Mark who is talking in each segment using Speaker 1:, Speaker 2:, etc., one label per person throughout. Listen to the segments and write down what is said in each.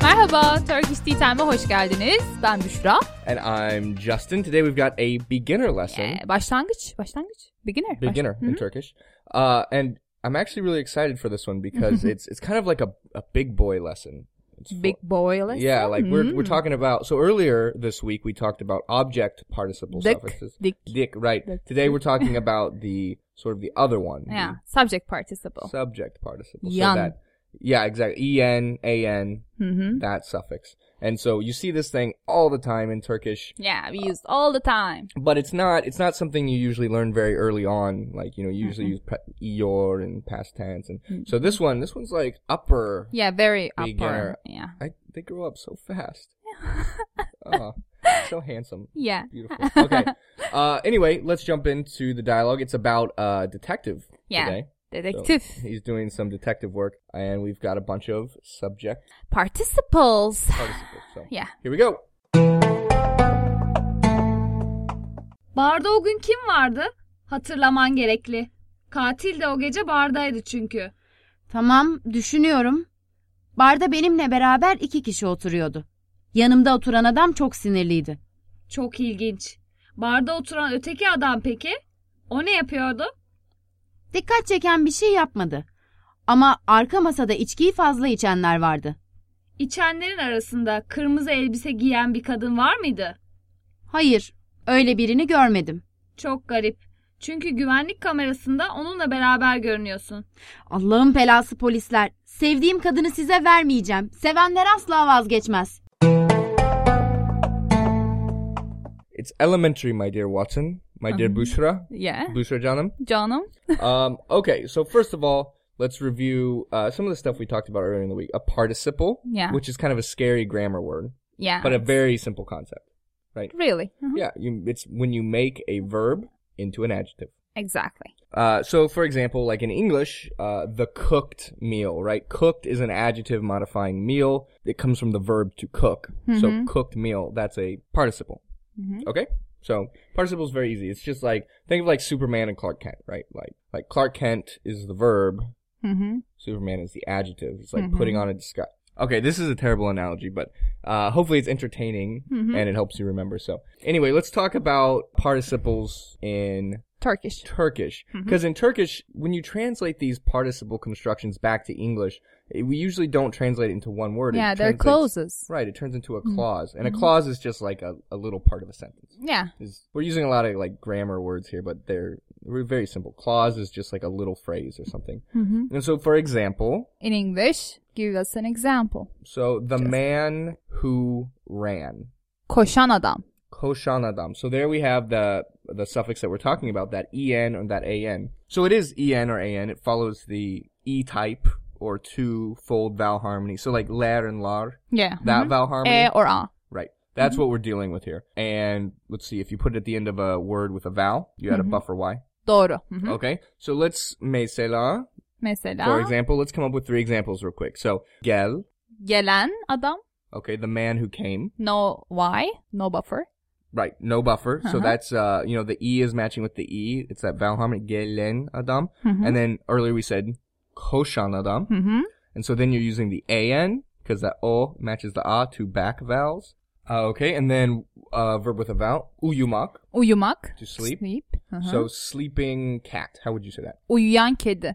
Speaker 1: Merhaba, Turkish Tea Time'a hoş geldiniz. Ben Büşra.
Speaker 2: And I'm Justin. Today we've got a beginner lesson.
Speaker 1: Ee, başlangıç, başlangıç, beginner. Hmm. baş-
Speaker 2: Beginner
Speaker 1: Hı
Speaker 2: in
Speaker 1: hı.
Speaker 2: Turkish. Uh, and I'm actually really excited for this one because it's it's kind of like a, a big boy lesson. It's for-
Speaker 1: Mm-hmm. Big boy lesson.
Speaker 2: Yeah, like we're
Speaker 1: Hmm.
Speaker 2: we're talking about so earlier this week we talked about object participle
Speaker 1: Dik,
Speaker 2: suffixes.
Speaker 1: dik.
Speaker 2: Dick, right.
Speaker 1: Dik.
Speaker 2: Today we're talking about the sort of the other one. the
Speaker 1: Yeah, subject participle.
Speaker 2: Subject participle.
Speaker 1: Yan.
Speaker 2: So that, yeah, exactly. E N A N
Speaker 1: Hı hı.
Speaker 2: that suffix. And so you see this thing all the time in Turkish.
Speaker 1: Yeah, we used all the time.
Speaker 2: but it's not it's not something you usually learn very early on like you know you
Speaker 1: Mm-hmm.
Speaker 2: usually use pre- eor and past tense and so this one this one's like upper
Speaker 1: Yeah, very upper.
Speaker 2: Beginner.
Speaker 1: Yeah.
Speaker 2: I, they grow up so fast oh, so handsome
Speaker 1: Yeah.
Speaker 2: beautiful okay uh anyway let's jump into the dialogue it's about a detective
Speaker 1: Yeah.
Speaker 2: today So
Speaker 1: Dedektif.
Speaker 2: he's doing some detective work and we've got a bunch of subject
Speaker 1: Participles.
Speaker 2: participles so
Speaker 1: Yeah.
Speaker 2: here we go
Speaker 3: Barda o gün kim vardı? Hatırlaman gerekli. Katil de o gece bardaydı çünkü.
Speaker 4: Tamam, düşünüyorum. Barda benimle beraber iki kişi oturuyordu. Yanımda oturan adam çok sinirliydi.
Speaker 3: Çok ilginç. Barda oturan öteki adam peki? O ne yapıyordu?
Speaker 4: Dikkat çeken bir şey yapmadı. Ama arka masada içkiyi fazla içenler vardı.
Speaker 3: İçenlerin arasında kırmızı elbise giyen bir kadın var mıydı?
Speaker 4: Hayır, öyle birini görmedim.
Speaker 3: Çok garip. Çünkü güvenlik kamerasında onunla beraber görünüyorsun.
Speaker 4: Allah'ın belası polisler. Sevdiğim kadını size vermeyeceğim. Sevenler asla vazgeçmez.
Speaker 2: it's elementary my dear watson my dear
Speaker 1: Mm-hmm.
Speaker 2: bushra
Speaker 1: Yeah.
Speaker 2: bushra janam
Speaker 1: Canım.
Speaker 2: um, okay, so first of all, let's review uh, some of the stuff we talked about earlier in the week. A participle,
Speaker 1: Yeah.
Speaker 2: which is kind of a scary grammar word,
Speaker 1: Yeah.
Speaker 2: but a very simple concept.
Speaker 1: Really. Hı hı.
Speaker 2: Yeah, you, it's when you make a verb into an adjective.
Speaker 1: Exactly.
Speaker 2: Uh, so, for example, like in English, uh, the cooked meal, right? Cooked is an adjective modifying meal. It comes from the verb to cook. So,
Speaker 1: Mhm.
Speaker 2: cooked meal, that's a participle.
Speaker 1: Mhm.
Speaker 2: Okay? So, participle is very easy. It's just like, think of like Superman and Clark Kent, right? Like, like Clark Kent is the verb,
Speaker 1: Hı hı.
Speaker 2: Superman is the adjective. It's like
Speaker 1: Mhm.
Speaker 2: putting on a disguise. Okay, this is a terrible analogy, but uh, hopefully it's entertaining
Speaker 1: Mhm.
Speaker 2: and it helps you remember. So, anyway, let's talk about participles in
Speaker 1: Turkish.
Speaker 2: Turkish.
Speaker 1: Mm-hmm.
Speaker 2: Because in Turkish, when you translate these participle constructions back to English, it, we usually don't translate it into one word. It
Speaker 1: Yeah, they're Mm-hmm.
Speaker 2: translates-
Speaker 1: clauses.
Speaker 2: Right, it turns into a clause. And a clause is just like a, a little part of a sentence.
Speaker 1: Yeah.
Speaker 2: Is- We're using a lot of like grammar words here, but they're, we're very simple. Clause is just like a little phrase or something.
Speaker 1: Hı hı.
Speaker 2: And so, for example,
Speaker 1: Mm-hmm. In English, give us an example.
Speaker 2: So the man who ran.
Speaker 1: Koşan adam.
Speaker 2: Koshan adam. So there we have the the suffix that we're talking about, that en or that an. So it is en or an. It follows the e type or two fold vowel harmony. So like ler and lar,
Speaker 1: Yeah. Hı
Speaker 2: that
Speaker 1: hı.
Speaker 2: vowel harmony.
Speaker 1: E or A.
Speaker 2: right. That's what we're dealing with here. And let's see if you put it at the end of a word with a vowel, you add a buffer y.
Speaker 1: Mm-hmm. Doğru. Hı hı.
Speaker 2: Okay. So let's mesela.
Speaker 1: Mesela
Speaker 2: Oh. For example, let's come up with three examples real quick. So gel.
Speaker 1: gelen adam
Speaker 2: Okay, the man who came.
Speaker 1: no y, no buffer.
Speaker 2: Right, no buffer.
Speaker 1: Uh-huh.
Speaker 2: So that's uh, you know, the e is matching with the e. It's that vowel harmony, gelen adam.
Speaker 1: Mm-hmm.
Speaker 2: And then earlier we said koshan adam,
Speaker 1: Hı hı.
Speaker 2: and so then you're using the an because that o matches the a two back vowels. Uh, okay, and then uh, verb with a vowel, uyumak.
Speaker 1: Uyumak.
Speaker 2: To sleep.
Speaker 1: Hı hı.
Speaker 2: So sleeping cat. How would you say that?
Speaker 1: Uyuyan kedi.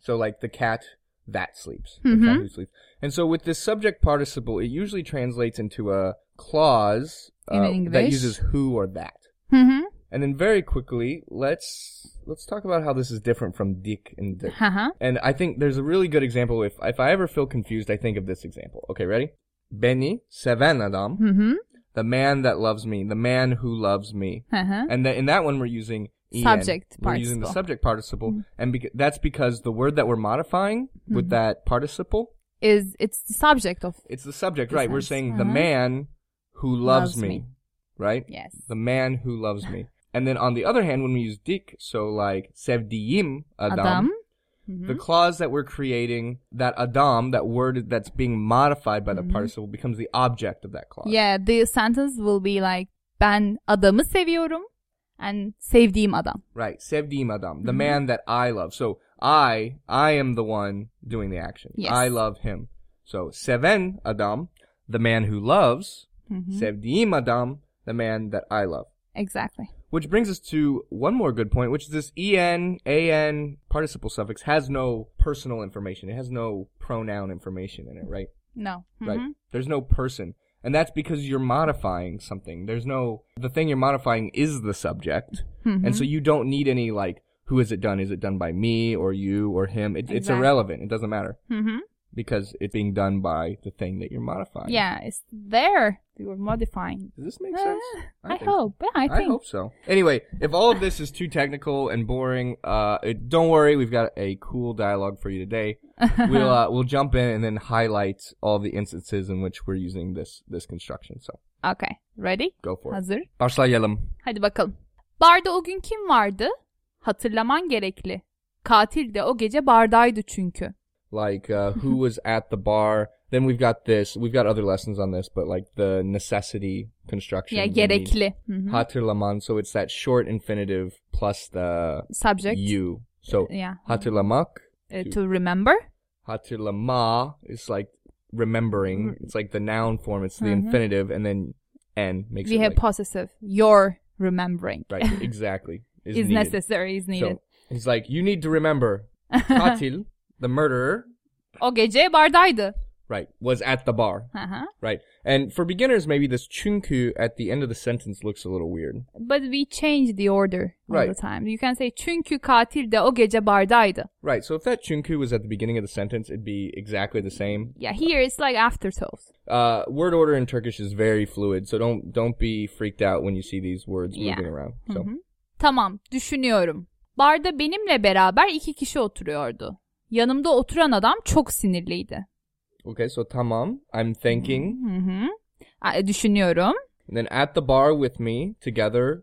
Speaker 2: So like the cat that sleeps,
Speaker 1: Mhm.
Speaker 2: the cat who sleeps. And so with this subject participle, it usually translates into a clause
Speaker 1: In
Speaker 2: uh, that
Speaker 1: English.
Speaker 2: uses who or that.
Speaker 1: Hı hı.
Speaker 2: And then very quickly, let's let's talk about how this is different from Dick and Dick.
Speaker 1: Hı hı.
Speaker 2: And I think there's a really good example. If if I ever feel confused, I think of this example. Okay, ready? Beni seven adam,
Speaker 1: Hı hı.
Speaker 2: the man that loves me, the man who loves me.
Speaker 1: Hı hı.
Speaker 2: And then in that one, we're using en.
Speaker 1: Subject
Speaker 2: We're using the
Speaker 1: participle. Hmm.
Speaker 2: subject participle, and beca- that's because the word that we're modifying
Speaker 1: Mm-hmm.
Speaker 2: with that participle,
Speaker 1: Is it's the subject of
Speaker 2: it's the subject,
Speaker 1: Makes
Speaker 2: right? We're
Speaker 1: sense.
Speaker 2: saying the
Speaker 1: Uh-huh.
Speaker 2: man who loves,
Speaker 1: Loves
Speaker 2: me,
Speaker 1: me.
Speaker 2: right?
Speaker 1: yes.
Speaker 2: the man who loves me. And then on the other hand, when we use dik, so like sevdiğim adam,
Speaker 1: Adam. Mm-hmm.
Speaker 2: the clause that we're creating, that adam, that word that's being modified by the participle becomes the object of that clause.
Speaker 1: Mm-hmm. Yeah, the sentence will be like ben adamı seviyorum and sevdiğim adam.
Speaker 2: Right. Sevdiğim adam,
Speaker 1: Mm-hmm.
Speaker 2: the man that I love. So I, I am the one doing the action.
Speaker 1: Yes.
Speaker 2: I love him. So seven adam, the man who loves,
Speaker 1: Mhm.
Speaker 2: sevdiğim adam, the man that I love.
Speaker 1: Exactly.
Speaker 2: Which brings us to one more good point, which is this E en, an participle suffix has no personal information. It has no pronoun information in it, right?
Speaker 1: No. Mhm.
Speaker 2: Right. There's no person. And that's because you're modifying something. There's no, the thing you're modifying is the subject.
Speaker 1: Mm-hmm.
Speaker 2: And so you don't need any like, who is it done? Is it done by me or you or him? It, It's
Speaker 1: Exact-
Speaker 2: irrelevant. It doesn't matter
Speaker 1: Mhm.
Speaker 2: because it's being done by the thing that you're modifying.
Speaker 1: Yeah, it's there. You were modifying.
Speaker 2: Does this make sense?
Speaker 1: Ah, I,
Speaker 2: think so.
Speaker 1: hope. Yeah, I think.
Speaker 2: I hope so. Anyway, if all of this is too technical and boring, uh, it- don't worry. We've got a cool dialogue for you today. we'll uh, we'll jump in and then highlight all the instances in which we're using this this construction. So
Speaker 1: Okay. Ready?
Speaker 2: go for it.
Speaker 1: Hazır.
Speaker 2: Başlayalım.
Speaker 1: Hadi bakalım. Barda o gün kim vardı? Hatırlaman gerekli. Katil de o gece bardaydı çünkü.
Speaker 2: Like uh, who was at the bar? Then we've got this. We've got other lessons on this, but like the necessity construction.
Speaker 1: Ya
Speaker 2: the need.
Speaker 1: gerekli. Hı hı.
Speaker 2: Hatırlaman. So it's that short infinitive plus the
Speaker 1: Subject.
Speaker 2: you. So
Speaker 1: Yeah.
Speaker 2: hatırlamak.
Speaker 1: Uh, to remember.
Speaker 2: Hatırlama is like remembering.
Speaker 1: Mm-hmm.
Speaker 2: It's like the noun form. It's the infinitive, and then n makes
Speaker 1: We
Speaker 2: it
Speaker 1: have
Speaker 2: like,
Speaker 1: possessive. Your remembering.
Speaker 2: right exactly is,
Speaker 1: is
Speaker 2: needed.
Speaker 1: necessary, is needed.
Speaker 2: So he's like, you need to remember, Katil, the murderer,
Speaker 1: O gece bardaydı.
Speaker 2: right, was at the bar,
Speaker 1: Hı hı.
Speaker 2: right. And for beginners, maybe this çünkü at the end of the sentence looks a little weird.
Speaker 1: But we change the order all
Speaker 2: Right.
Speaker 1: the time. You can say çünkü katil de o gece bardaydı.
Speaker 2: Right, so if that çünkü was at the beginning of the sentence, it'd be exactly the same.
Speaker 1: Yeah, here it's like afterthoughts.
Speaker 2: Uh, word order in Turkish is very fluid, so don't don't be freaked out when you see these words
Speaker 1: Yeah. Mm-hmm.
Speaker 2: moving around. So.
Speaker 1: Tamam, düşünüyorum. Barda benimle beraber iki kişi oturuyordu. Yanımda oturan adam çok sinirliydi.
Speaker 2: Okay, so tamam. I'm thinking.
Speaker 1: Hı hı. Ay, Düşünüyorum.
Speaker 2: And then at the bar with me together.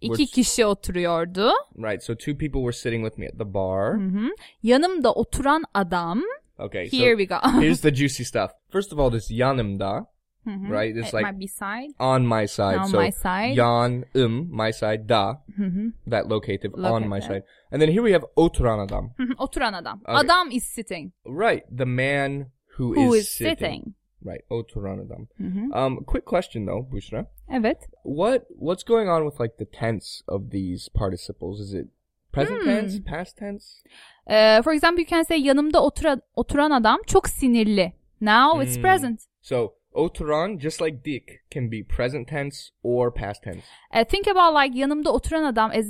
Speaker 1: İki
Speaker 2: Which-
Speaker 1: kişi oturuyordu.
Speaker 2: Right, so two people were sitting with me at the bar.
Speaker 1: Hı hı. Yanımda oturan adam.
Speaker 2: Okay,
Speaker 1: Mm-hmm. Here
Speaker 2: so
Speaker 1: we go.
Speaker 2: here's the juicy stuff. First of all, this yanımda,
Speaker 1: Hı hı.
Speaker 2: right? It's
Speaker 1: It
Speaker 2: like
Speaker 1: might be side.
Speaker 2: on my side.
Speaker 1: Mm-hmm. On
Speaker 2: so
Speaker 1: my side.
Speaker 2: Yan, um, my side, da,
Speaker 1: Hı hı.
Speaker 2: that locative, on my
Speaker 1: Locative.
Speaker 2: side. And then here we have oturan adam.
Speaker 1: Hı hı. Oturan adam.
Speaker 2: Okay.
Speaker 1: Adam is sitting.
Speaker 2: Right, the man who is
Speaker 1: Who is
Speaker 2: sitting.
Speaker 1: sitting? Mm-hmm.
Speaker 2: Right, oturan adam.
Speaker 1: Hı hı.
Speaker 2: Um, quick question though, Bushra.
Speaker 1: Evet.
Speaker 2: What what's going on with like the tense of these participles? Is it present
Speaker 1: Hmm.
Speaker 2: tense, past tense?
Speaker 1: Uh, for example, you can say yanımda otura, oturan adam çok sinirli. Now it's
Speaker 2: Hmm.
Speaker 1: present.
Speaker 2: So oturan, just like dik, can be present tense or past tense.
Speaker 1: Uh, think about like yanımda oturan adam as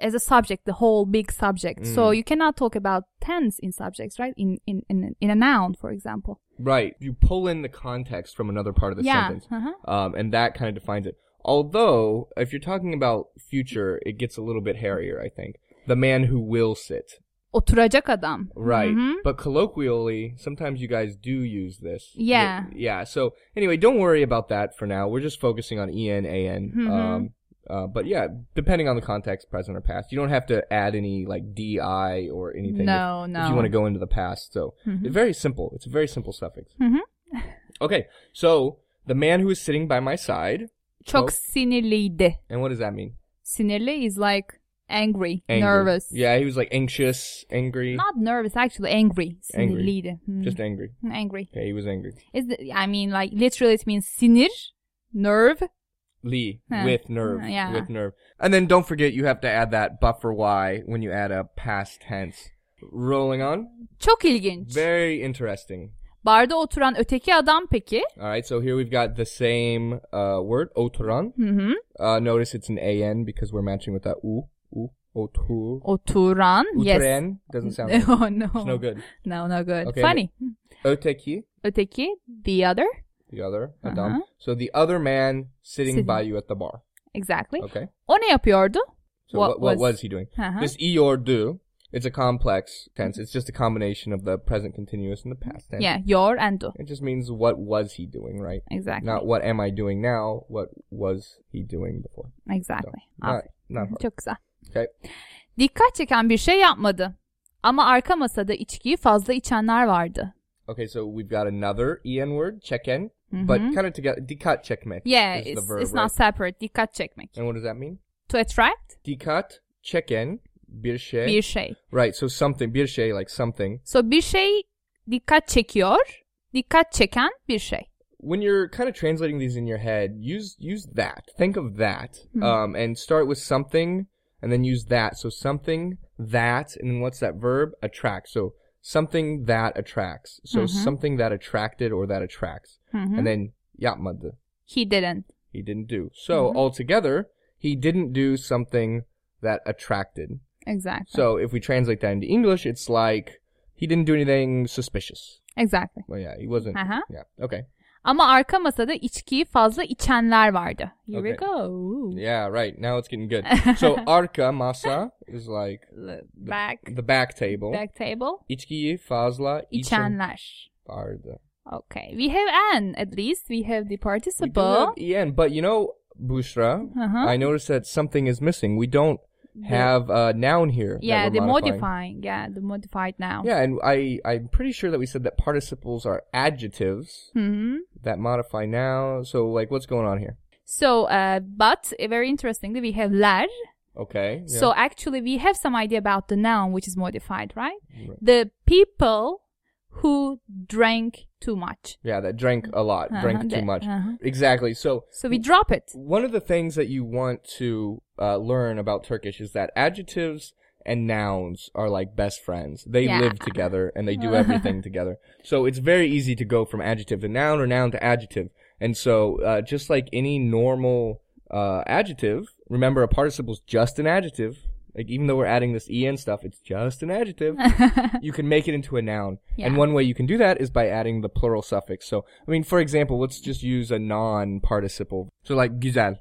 Speaker 1: as a subject, the whole big subject. So
Speaker 2: Hmm.
Speaker 1: you cannot talk about tense in subjects, right? In in in, in a noun, for example.
Speaker 2: Right. You pull in the context from another part of the
Speaker 1: Yeah,
Speaker 2: sentence,
Speaker 1: uh-huh.
Speaker 2: um, and that kind of defines it. Although, if you're talking about future, it gets a little bit hairier. I think the man who will sit.
Speaker 1: Oturacak adam.
Speaker 2: Right.
Speaker 1: Mhm.
Speaker 2: But colloquially, sometimes you guys do use this.
Speaker 1: Yeah.
Speaker 2: Y- Yeah. So anyway, don't worry about that for now. We're just focusing on E en, an. Um,
Speaker 1: Mm-hmm.
Speaker 2: uh, but yeah, depending on the context, present or past, you don't have to add any like di or anything.
Speaker 1: No,
Speaker 2: if,
Speaker 1: no. Mm-hmm.
Speaker 2: If you want to go into the past, so it's very simple. It's a very simple suffix.
Speaker 1: Mhm.
Speaker 2: okay. So the man who is sitting by my side,
Speaker 1: Çok
Speaker 2: Çok.
Speaker 1: sinirliydi.
Speaker 2: and what does that mean?
Speaker 1: Sinirli is like angry,
Speaker 2: Angry.
Speaker 1: nervous.
Speaker 2: Yeah, he was like anxious, angry,
Speaker 1: Not nervous, actually angry. Sinirliydi. Hmm.
Speaker 2: just angry.
Speaker 1: angry.
Speaker 2: Yeah, he was angry.
Speaker 1: Is the, I mean like literally it means sinir, nerve.
Speaker 2: Lee
Speaker 1: Huh.
Speaker 2: with nerve.
Speaker 1: Uh, yeah.
Speaker 2: With nerve. And then don't forget you have to add that buffer Y when you add a past tense. Rolling on.
Speaker 1: Çok ilginç.
Speaker 2: Very interesting.
Speaker 1: Barda oturan öteki adam peki?
Speaker 2: All right, so here we've got the same uh, word, oturan.
Speaker 1: Hı hı.
Speaker 2: Uh, notice it's an AN because we're matching with that U. U. Otur.
Speaker 1: Oturan. Yes.
Speaker 2: Utren. Doesn't sound good.
Speaker 1: oh no.
Speaker 2: It's no good.
Speaker 1: No, no good.
Speaker 2: Okay.
Speaker 1: Funny.
Speaker 2: Öteki,
Speaker 1: Öteki, the other.
Speaker 2: the other,
Speaker 1: Uh-huh.
Speaker 2: adam. So the other man sitting
Speaker 1: Sitting.
Speaker 2: by you at the bar.
Speaker 1: Exactly.
Speaker 2: Okay.
Speaker 1: O ne yapıyordu?
Speaker 2: So what, what, was, he doing?
Speaker 1: Uh-huh.
Speaker 2: This e or do, it's a complex tense. It's just a combination of the present continuous and the past tense.
Speaker 1: Yeah, your and do.
Speaker 2: It just means what was he doing, right?
Speaker 1: Exactly.
Speaker 2: Not what am I doing now, what was he doing before? So,
Speaker 1: Exactly.
Speaker 2: not,
Speaker 1: Aferin.
Speaker 2: not hard.
Speaker 1: Çok güzel.
Speaker 2: Okay.
Speaker 1: Dikkat çeken bir şey yapmadı. Ama arka masada içkiyi fazla içenler vardı.
Speaker 2: Okay, so we've got another en word, check in, but kind of together. Dikat checkmek.
Speaker 1: Mm-hmm. Yeah,
Speaker 2: is the
Speaker 1: it's,
Speaker 2: verb,
Speaker 1: it's
Speaker 2: right?
Speaker 1: not separate. Dikkat çekmek.
Speaker 2: And what does that mean?
Speaker 1: To attract
Speaker 2: Dikat checken bir şey.
Speaker 1: bir şey.
Speaker 2: Right, so something bir şey like something.
Speaker 1: So bir şey dikkat çekiyor. Dikkat çeken bir şey.
Speaker 2: when you're kind of translating these in your head, use use that. Think of that, um, and start with something, and then use that. So something that, and then what's that verb? Attract. So something that attracts. So something that attracted or that attracts, and then yapmadı.
Speaker 1: He didn't.
Speaker 2: He didn't do. So altogether, he didn't do something that attracted.
Speaker 1: Exactly.
Speaker 2: So if we translate that into English, it's like he didn't do anything suspicious.
Speaker 1: Exactly.
Speaker 2: Well, yeah, he wasn't.
Speaker 1: Aha.
Speaker 2: Yeah. Okay.
Speaker 1: Ama arka masada içkiyi fazla içenler vardı. Here we
Speaker 2: Okay.
Speaker 1: go. Ooh.
Speaker 2: Yeah, right. Now it's getting good. So arka masa is like
Speaker 1: L- Back
Speaker 2: the back table.
Speaker 1: back table.
Speaker 2: İçkiyi fazla içen
Speaker 1: İçenler.
Speaker 2: vardı.
Speaker 1: Okay. We have an at least we have the
Speaker 2: We do have
Speaker 1: participle.
Speaker 2: en, but you know, Bushra,
Speaker 1: Uh-huh.
Speaker 2: I noticed that something is missing. We don't have a noun here. that
Speaker 1: Yeah, the
Speaker 2: we're modifying.
Speaker 1: modifying. Yeah, the modified noun.
Speaker 2: Yeah, and I I'm pretty sure that we said that participles are adjectives
Speaker 1: Hmm.
Speaker 2: that modify nouns. So like, what's going on here?
Speaker 1: So, uh, but uh, very interestingly, we have ler.
Speaker 2: Okay. yeah.
Speaker 1: So actually, we have some idea about the noun which is modified, right? The people who drank too much.
Speaker 2: yeah, that drank a lot,
Speaker 1: Uh-huh,
Speaker 2: drank too
Speaker 1: that-
Speaker 2: much.
Speaker 1: uh-huh.
Speaker 2: Exactly. So
Speaker 1: So we drop it.
Speaker 2: One of the things that you want to uh, learn about Turkish is that adjectives and nouns are like best friends. They
Speaker 1: Yeah.
Speaker 2: live together and they do everything together. So it's very easy to go from adjective to noun or noun to adjective. And so, uh, just like any normal uh, adjective, remember a participle is just an adjective. Like even though we're adding this en stuff, it's just an adjective.
Speaker 1: Mm-hmm.
Speaker 2: you can make it into a noun. And
Speaker 1: Yeah.
Speaker 2: one way you can do that is by adding the plural suffix. So, I mean, for example, let's just use a non-participle. So like güzel,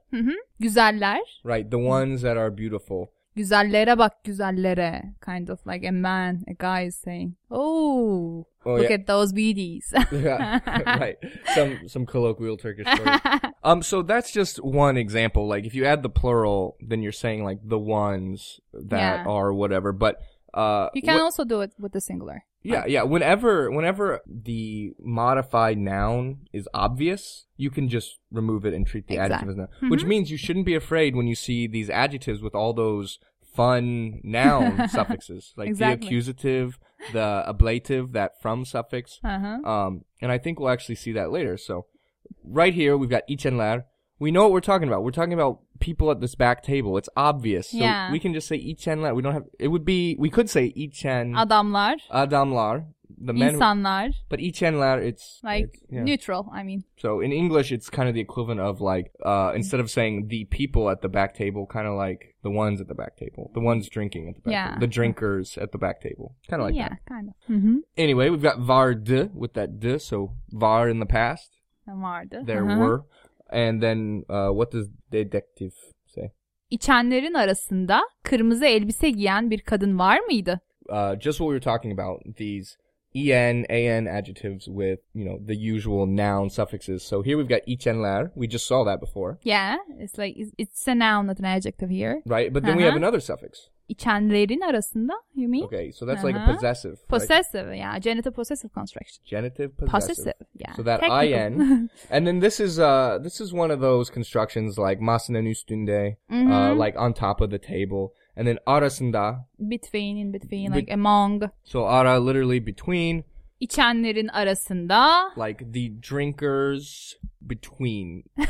Speaker 1: Güzeller.
Speaker 2: right?
Speaker 1: Hmm.
Speaker 2: The ones that are beautiful.
Speaker 1: Güzellere bak güzellere. Kind of like a man, a guy is saying, Oh,
Speaker 2: Oh,
Speaker 1: look
Speaker 2: yeah. Oh,
Speaker 1: at those beauties.
Speaker 2: Yeah, right. Some some colloquial Turkish word. um so that's just one example. Like if you add the plural, then you're saying like the ones that
Speaker 1: Yeah.
Speaker 2: are whatever, but uh
Speaker 1: you can
Speaker 2: what-
Speaker 1: also do it with the singular.
Speaker 2: Yeah, yeah. Whenever whenever the modified noun is obvious, you can just remove it and treat the
Speaker 1: Exact- Mm-hmm.
Speaker 2: adjective as noun. Which means you shouldn't be afraid when you see these adjectives with all those fun noun suffixes, like the
Speaker 1: Exactly.
Speaker 2: accusative, the ablative, that from suffix.
Speaker 1: Uh-huh.
Speaker 2: Um, and I think we'll actually see that later. So right here we've got içenler. We know what we're talking about. We're talking about people at this back table. It's obvious. So
Speaker 1: Yeah.
Speaker 2: we can just say içenler. We don't have. It would be. We could say içen.
Speaker 1: Adamlar,
Speaker 2: Adamlar, Mm. the men.
Speaker 1: insanlar,
Speaker 2: but içenler, it's
Speaker 1: like
Speaker 2: it's- yeah.
Speaker 1: neutral, I mean.
Speaker 2: So in English, it's kind of the equivalent of like uh, instead of saying the people at the back table, kind of like the ones at the back table, the ones drinking at the back,
Speaker 1: Yeah.
Speaker 2: table, the drinkers at the back table, kind of like
Speaker 1: yeah,
Speaker 2: that.
Speaker 1: kind of. Mhm.
Speaker 2: Anyway, we've got vardı with that d, so var in the past,
Speaker 1: Vardı. Uh-huh.
Speaker 2: there
Speaker 1: Aha.
Speaker 2: were, and then uh, what does dedektif say?
Speaker 1: İçenlerin arasında kırmızı elbise giyen bir kadın var mıydı?
Speaker 2: uh, just what we were talking about these E en an adjectives with you know the usual noun suffixes so here we've got E içenler we just saw that before
Speaker 1: Yeah, it's like it's- it's a noun, not an adjective here.
Speaker 2: right but then we have
Speaker 1: Uh-huh.
Speaker 2: another suffix
Speaker 1: İçenlerin arasında, you mean?
Speaker 2: okay so that's like a
Speaker 1: Uh-huh.
Speaker 2: possessive right?
Speaker 1: Possessive, yeah, genitive possessive construction.
Speaker 2: genitive possessive,
Speaker 1: Possessive, yeah.
Speaker 2: so that
Speaker 1: Technical.
Speaker 2: in and then this is uh this is one of those constructions like masanın üstünde
Speaker 1: Mm-hmm.
Speaker 2: uh, like on top of the table and then arasında
Speaker 1: Between, in between,
Speaker 2: Be-
Speaker 1: like among.
Speaker 2: so ara literally between
Speaker 1: İçenlerin arasında,
Speaker 2: like the drinkers between I,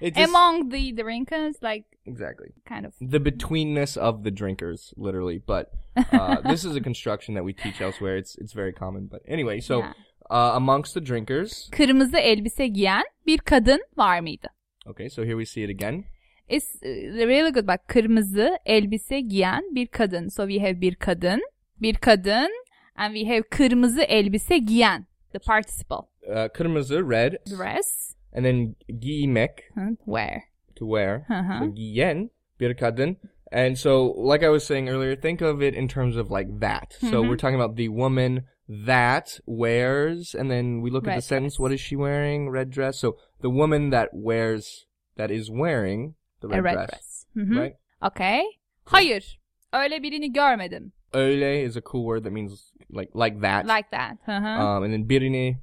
Speaker 2: it just-
Speaker 1: among the drinkers, like
Speaker 2: exactly
Speaker 1: kind of.
Speaker 2: the betweenness of the drinkers, literally. But uh, this is a construction that we teach elsewhere. It's it's very common. But anyway, so
Speaker 1: Yeah.
Speaker 2: uh, amongst the drinkers,
Speaker 1: Kırmızı elbise giyen bir kadın var mıydı?
Speaker 2: okay. So here we see it again.
Speaker 1: It's uh, really good. Bak kırmızı elbise giyen bir kadın. So we have bir kadın, bir kadın and we have kırmızı elbise giyen. The participle.
Speaker 2: Uh, kırmızı, red,
Speaker 1: Dress.
Speaker 2: and then giymek,
Speaker 1: Hı, Where?
Speaker 2: to wear.
Speaker 1: Uh-huh.
Speaker 2: So giyen, bir kadın. And so, like I was saying earlier, think of it in terms of like that. So
Speaker 1: Mm-hmm.
Speaker 2: we're talking about the woman that wears, and then we look at
Speaker 1: Red
Speaker 2: the sentence, what is she wearing? Red dress. So the woman that wears, that is wearing the red,
Speaker 1: A red
Speaker 2: dress.
Speaker 1: dress. Hı hı.
Speaker 2: Right?
Speaker 1: Okay. Hayır. Öyle birini görmedim.
Speaker 2: Öyle is a cool word that means like like that.
Speaker 1: Like that. Hı hı.
Speaker 2: um, and then birini,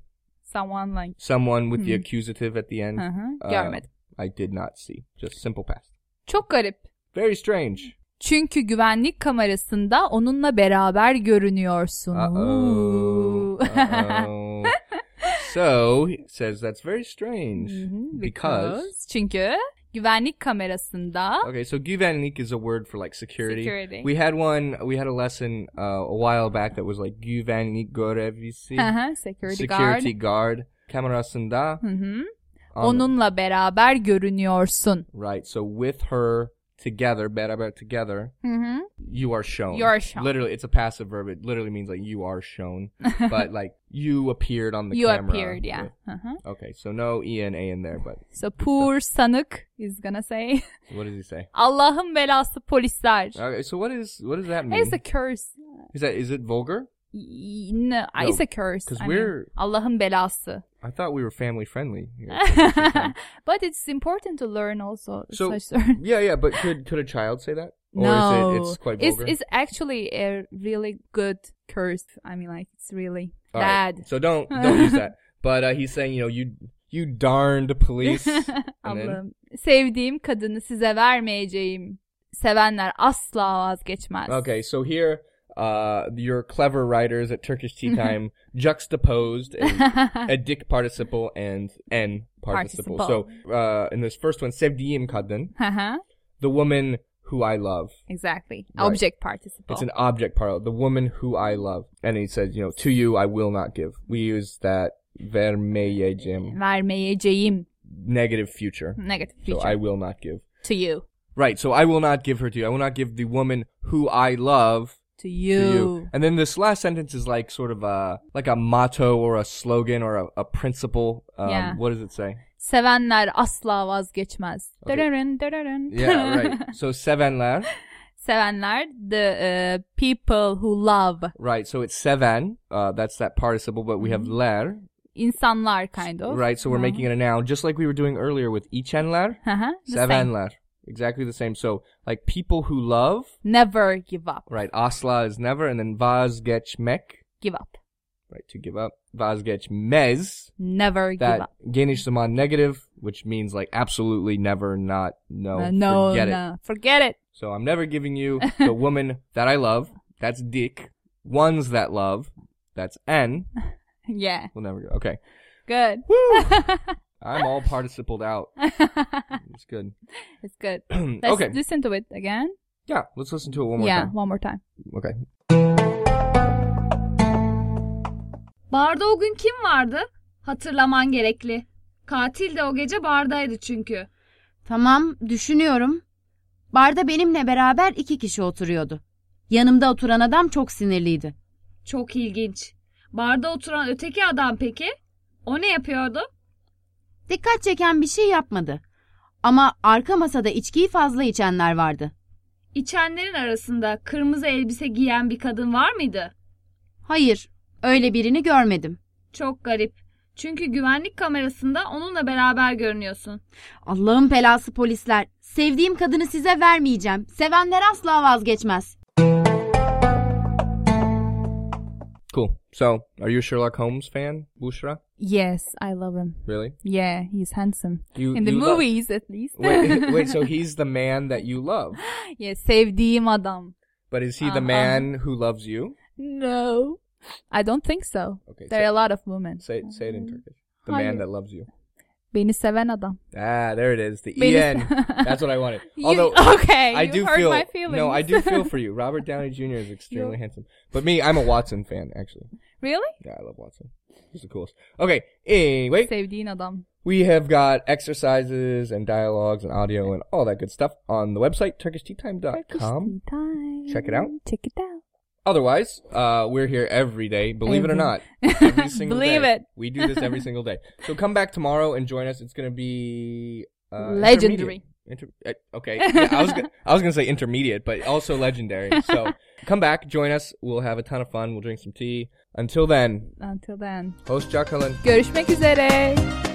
Speaker 1: Someone like.
Speaker 2: someone with the
Speaker 1: Mm-hmm.
Speaker 2: accusative at the end.
Speaker 1: Hı hı.
Speaker 2: Uh,
Speaker 1: Görmedim.
Speaker 2: I did not see. Just simple past.
Speaker 1: Çok garip.
Speaker 2: Very strange.
Speaker 1: Çünkü güvenlik kamerasında onunla beraber görünüyorsun.
Speaker 2: Uh oh.
Speaker 1: Ooh.
Speaker 2: So he says that's very strange
Speaker 1: Mm-hmm.
Speaker 2: because.
Speaker 1: Çünkü güvenlik kamerasında
Speaker 2: Okay, so güvenlik is a word for like security.
Speaker 1: Security.
Speaker 2: We had one. We had a lesson uh, a while back that was like güvenlik görevlisi,
Speaker 1: Hı hı, Uh-huh. security, guard.
Speaker 2: security guard, Um, kamerasında.
Speaker 1: Hı hı.
Speaker 2: on-
Speaker 1: Onunla beraber görünüyorsun.
Speaker 2: Right. So with her together, beraber together,
Speaker 1: Hı hı.
Speaker 2: you are shown.
Speaker 1: You are shown.
Speaker 2: Literally, it's a passive verb. It literally means like you are shown, but like you appeared on the
Speaker 1: You
Speaker 2: camera.
Speaker 1: appeared, yeah. Hı hı.
Speaker 2: Okay, so no E and A in there, but
Speaker 1: So poor sanık is gonna say.
Speaker 2: what does he say?
Speaker 1: Allah'ın belası polisler.
Speaker 2: Okay, so what is what does that mean?
Speaker 1: It's a curse.
Speaker 2: Is that is it vulgar?
Speaker 1: Y- No,
Speaker 2: No,
Speaker 1: it's a curse.
Speaker 2: 'cause
Speaker 1: I mean,
Speaker 2: we're-
Speaker 1: Allah'ın belası.
Speaker 2: I thought we were family friendly. here.
Speaker 1: But it's important to learn also
Speaker 2: So-
Speaker 1: such certain-
Speaker 2: yeah, yeah, but could could a child say that?
Speaker 1: no,
Speaker 2: Or is it it's quite
Speaker 1: it's,
Speaker 2: vulgar?
Speaker 1: it's actually a really good curse. I mean, like it's really
Speaker 2: All right,
Speaker 1: bad.
Speaker 2: So don't don't use that. But uh, he's saying, you know, you you darned police. and then,
Speaker 1: Allah'ım sevdiğim kadını size vermeyeceğim. Sevenler asla vazgeçmez.
Speaker 2: Okay, so here, uh, your clever writers at Turkish Tea Time juxtaposed a, a dick participle and n
Speaker 1: Participle.
Speaker 2: participle. So uh, in this first one, sevdiğim kadın,
Speaker 1: Hı hı,
Speaker 2: the woman who I love.
Speaker 1: Uh-huh. exactly.
Speaker 2: Right.
Speaker 1: Object participle.
Speaker 2: It's an object part, the woman who I love. And he says, you know, to you I will not give. We use that vermeyeceğim,
Speaker 1: Vermeyeceğim.
Speaker 2: negative future.
Speaker 1: Negative
Speaker 2: So
Speaker 1: feature
Speaker 2: I will not give.
Speaker 1: to you.
Speaker 2: Right, so I will not give her to you. I will not give the woman who I love
Speaker 1: To
Speaker 2: to
Speaker 1: you.
Speaker 2: you. And then this last sentence is like sort of a like a motto or a slogan or a, a principle. Um,
Speaker 1: Yeah.
Speaker 2: What does it say?
Speaker 1: Sevenler asla vazgeçmez.
Speaker 2: Okay.
Speaker 1: Dırırın, dırırın.
Speaker 2: Yeah, right. So sevenler,
Speaker 1: Sevenler, the uh, people who love.
Speaker 2: right? So it's seven. Uh, that's that participle, but we have
Speaker 1: Mm-hmm.
Speaker 2: ler,
Speaker 1: insanlar kind of.
Speaker 2: right? So we're making it a noun, just like we were doing earlier with içenler,
Speaker 1: Hı hı, Uh-huh, the same.
Speaker 2: sevenler, exactly the same. So like people who love,
Speaker 1: Never give up.
Speaker 2: right? Asla is never, and then vazgeçmek,
Speaker 1: Give up.
Speaker 2: right? To give up, vazgeçmez.
Speaker 1: Never give
Speaker 2: That
Speaker 1: up.
Speaker 2: genish zaman negative, which means like absolutely never, not, no,
Speaker 1: Uh, no,
Speaker 2: oh, forget it.
Speaker 1: no. Forget it.
Speaker 2: So I'm never giving you the woman that I love. That's dick. Ones that love. That's N.
Speaker 1: Yeah.
Speaker 2: We'll never go. Okay.
Speaker 1: Good.
Speaker 2: I'm all participled out. It's good.
Speaker 1: It's good. Let's
Speaker 2: okay.
Speaker 1: listen to it again.
Speaker 2: Yeah. Let's listen to it one more
Speaker 1: yeah,
Speaker 2: time.
Speaker 1: one more time.
Speaker 2: Okay.
Speaker 3: Barda o gün kim vardı? Hatırlaman gerekli. Katil de o gece bardaydı çünkü.
Speaker 4: Tamam, düşünüyorum. Barda benimle beraber iki kişi oturuyordu. Yanımda oturan adam çok sinirliydi.
Speaker 3: Çok ilginç. Barda oturan öteki adam peki? O ne yapıyordu?
Speaker 4: Dikkat çeken bir şey yapmadı. Ama arka masada içkiyi fazla içenler vardı.
Speaker 3: İçenlerin arasında kırmızı elbise giyen bir kadın var mıydı?
Speaker 4: Hayır, öyle birini görmedim.
Speaker 3: Çok garip. Çünkü güvenlik kamerasında onunla beraber görünüyorsun.
Speaker 4: Allah'ın belası polisler. Sevdiğim kadını size vermeyeceğim. Sevenler asla vazgeçmez.
Speaker 2: Cool. So, are you a Sherlock Holmes fan, Bushra?
Speaker 1: Yes, I love him.
Speaker 2: Really?
Speaker 1: Yeah, he's handsome.
Speaker 2: You
Speaker 1: In the
Speaker 2: you love-
Speaker 1: movies at least.
Speaker 2: wait, wait. So he's the man that you love,
Speaker 1: yeah, sevdiğim adam.
Speaker 2: but is he the
Speaker 1: Uh-huh.
Speaker 2: man who loves you?
Speaker 1: No. I don't think so.
Speaker 2: Okay,
Speaker 1: There
Speaker 2: so-
Speaker 1: are a lot of women.
Speaker 2: Say it. Say it in Turkish. The
Speaker 1: Hayır.
Speaker 2: man that loves you.
Speaker 1: Beni seven adam.
Speaker 2: Ah, there it is. The
Speaker 1: Wait,
Speaker 2: en.
Speaker 1: is-
Speaker 2: That's what I wanted.
Speaker 1: You-
Speaker 2: Although
Speaker 1: okay,
Speaker 2: I
Speaker 1: you
Speaker 2: do
Speaker 1: hurt
Speaker 2: feel
Speaker 1: my feelings.
Speaker 2: no, I do feel for you. Robert Downey Jr. is extremely handsome, but me, I'm a Watson fan actually.
Speaker 1: Really?
Speaker 2: Yeah, I love Watson. He's the coolest. Okay, anyway,
Speaker 1: Sevdiğin adam.
Speaker 2: we have got exercises and dialogues and audio and all that good stuff on the website turkishteatime.com.
Speaker 1: Time.
Speaker 2: Check it out.
Speaker 1: Check it out.
Speaker 2: Otherwise, uh, we're here every day, believe it or
Speaker 1: Every-
Speaker 2: not. Every single
Speaker 1: Mm-hmm. Believe
Speaker 2: day.
Speaker 1: it.
Speaker 2: We do this every single day. So come back tomorrow and join us. It's going to be uh,
Speaker 1: Legendary.
Speaker 2: intermediate. Inter- uh, okay, yeah, I was gonna, I was going to say intermediate, but also legendary. So come back, join us. We'll have a ton of fun. We'll drink some tea. Until then,
Speaker 1: Until then.
Speaker 2: host Jacqueline.
Speaker 1: Görüşmek üzere.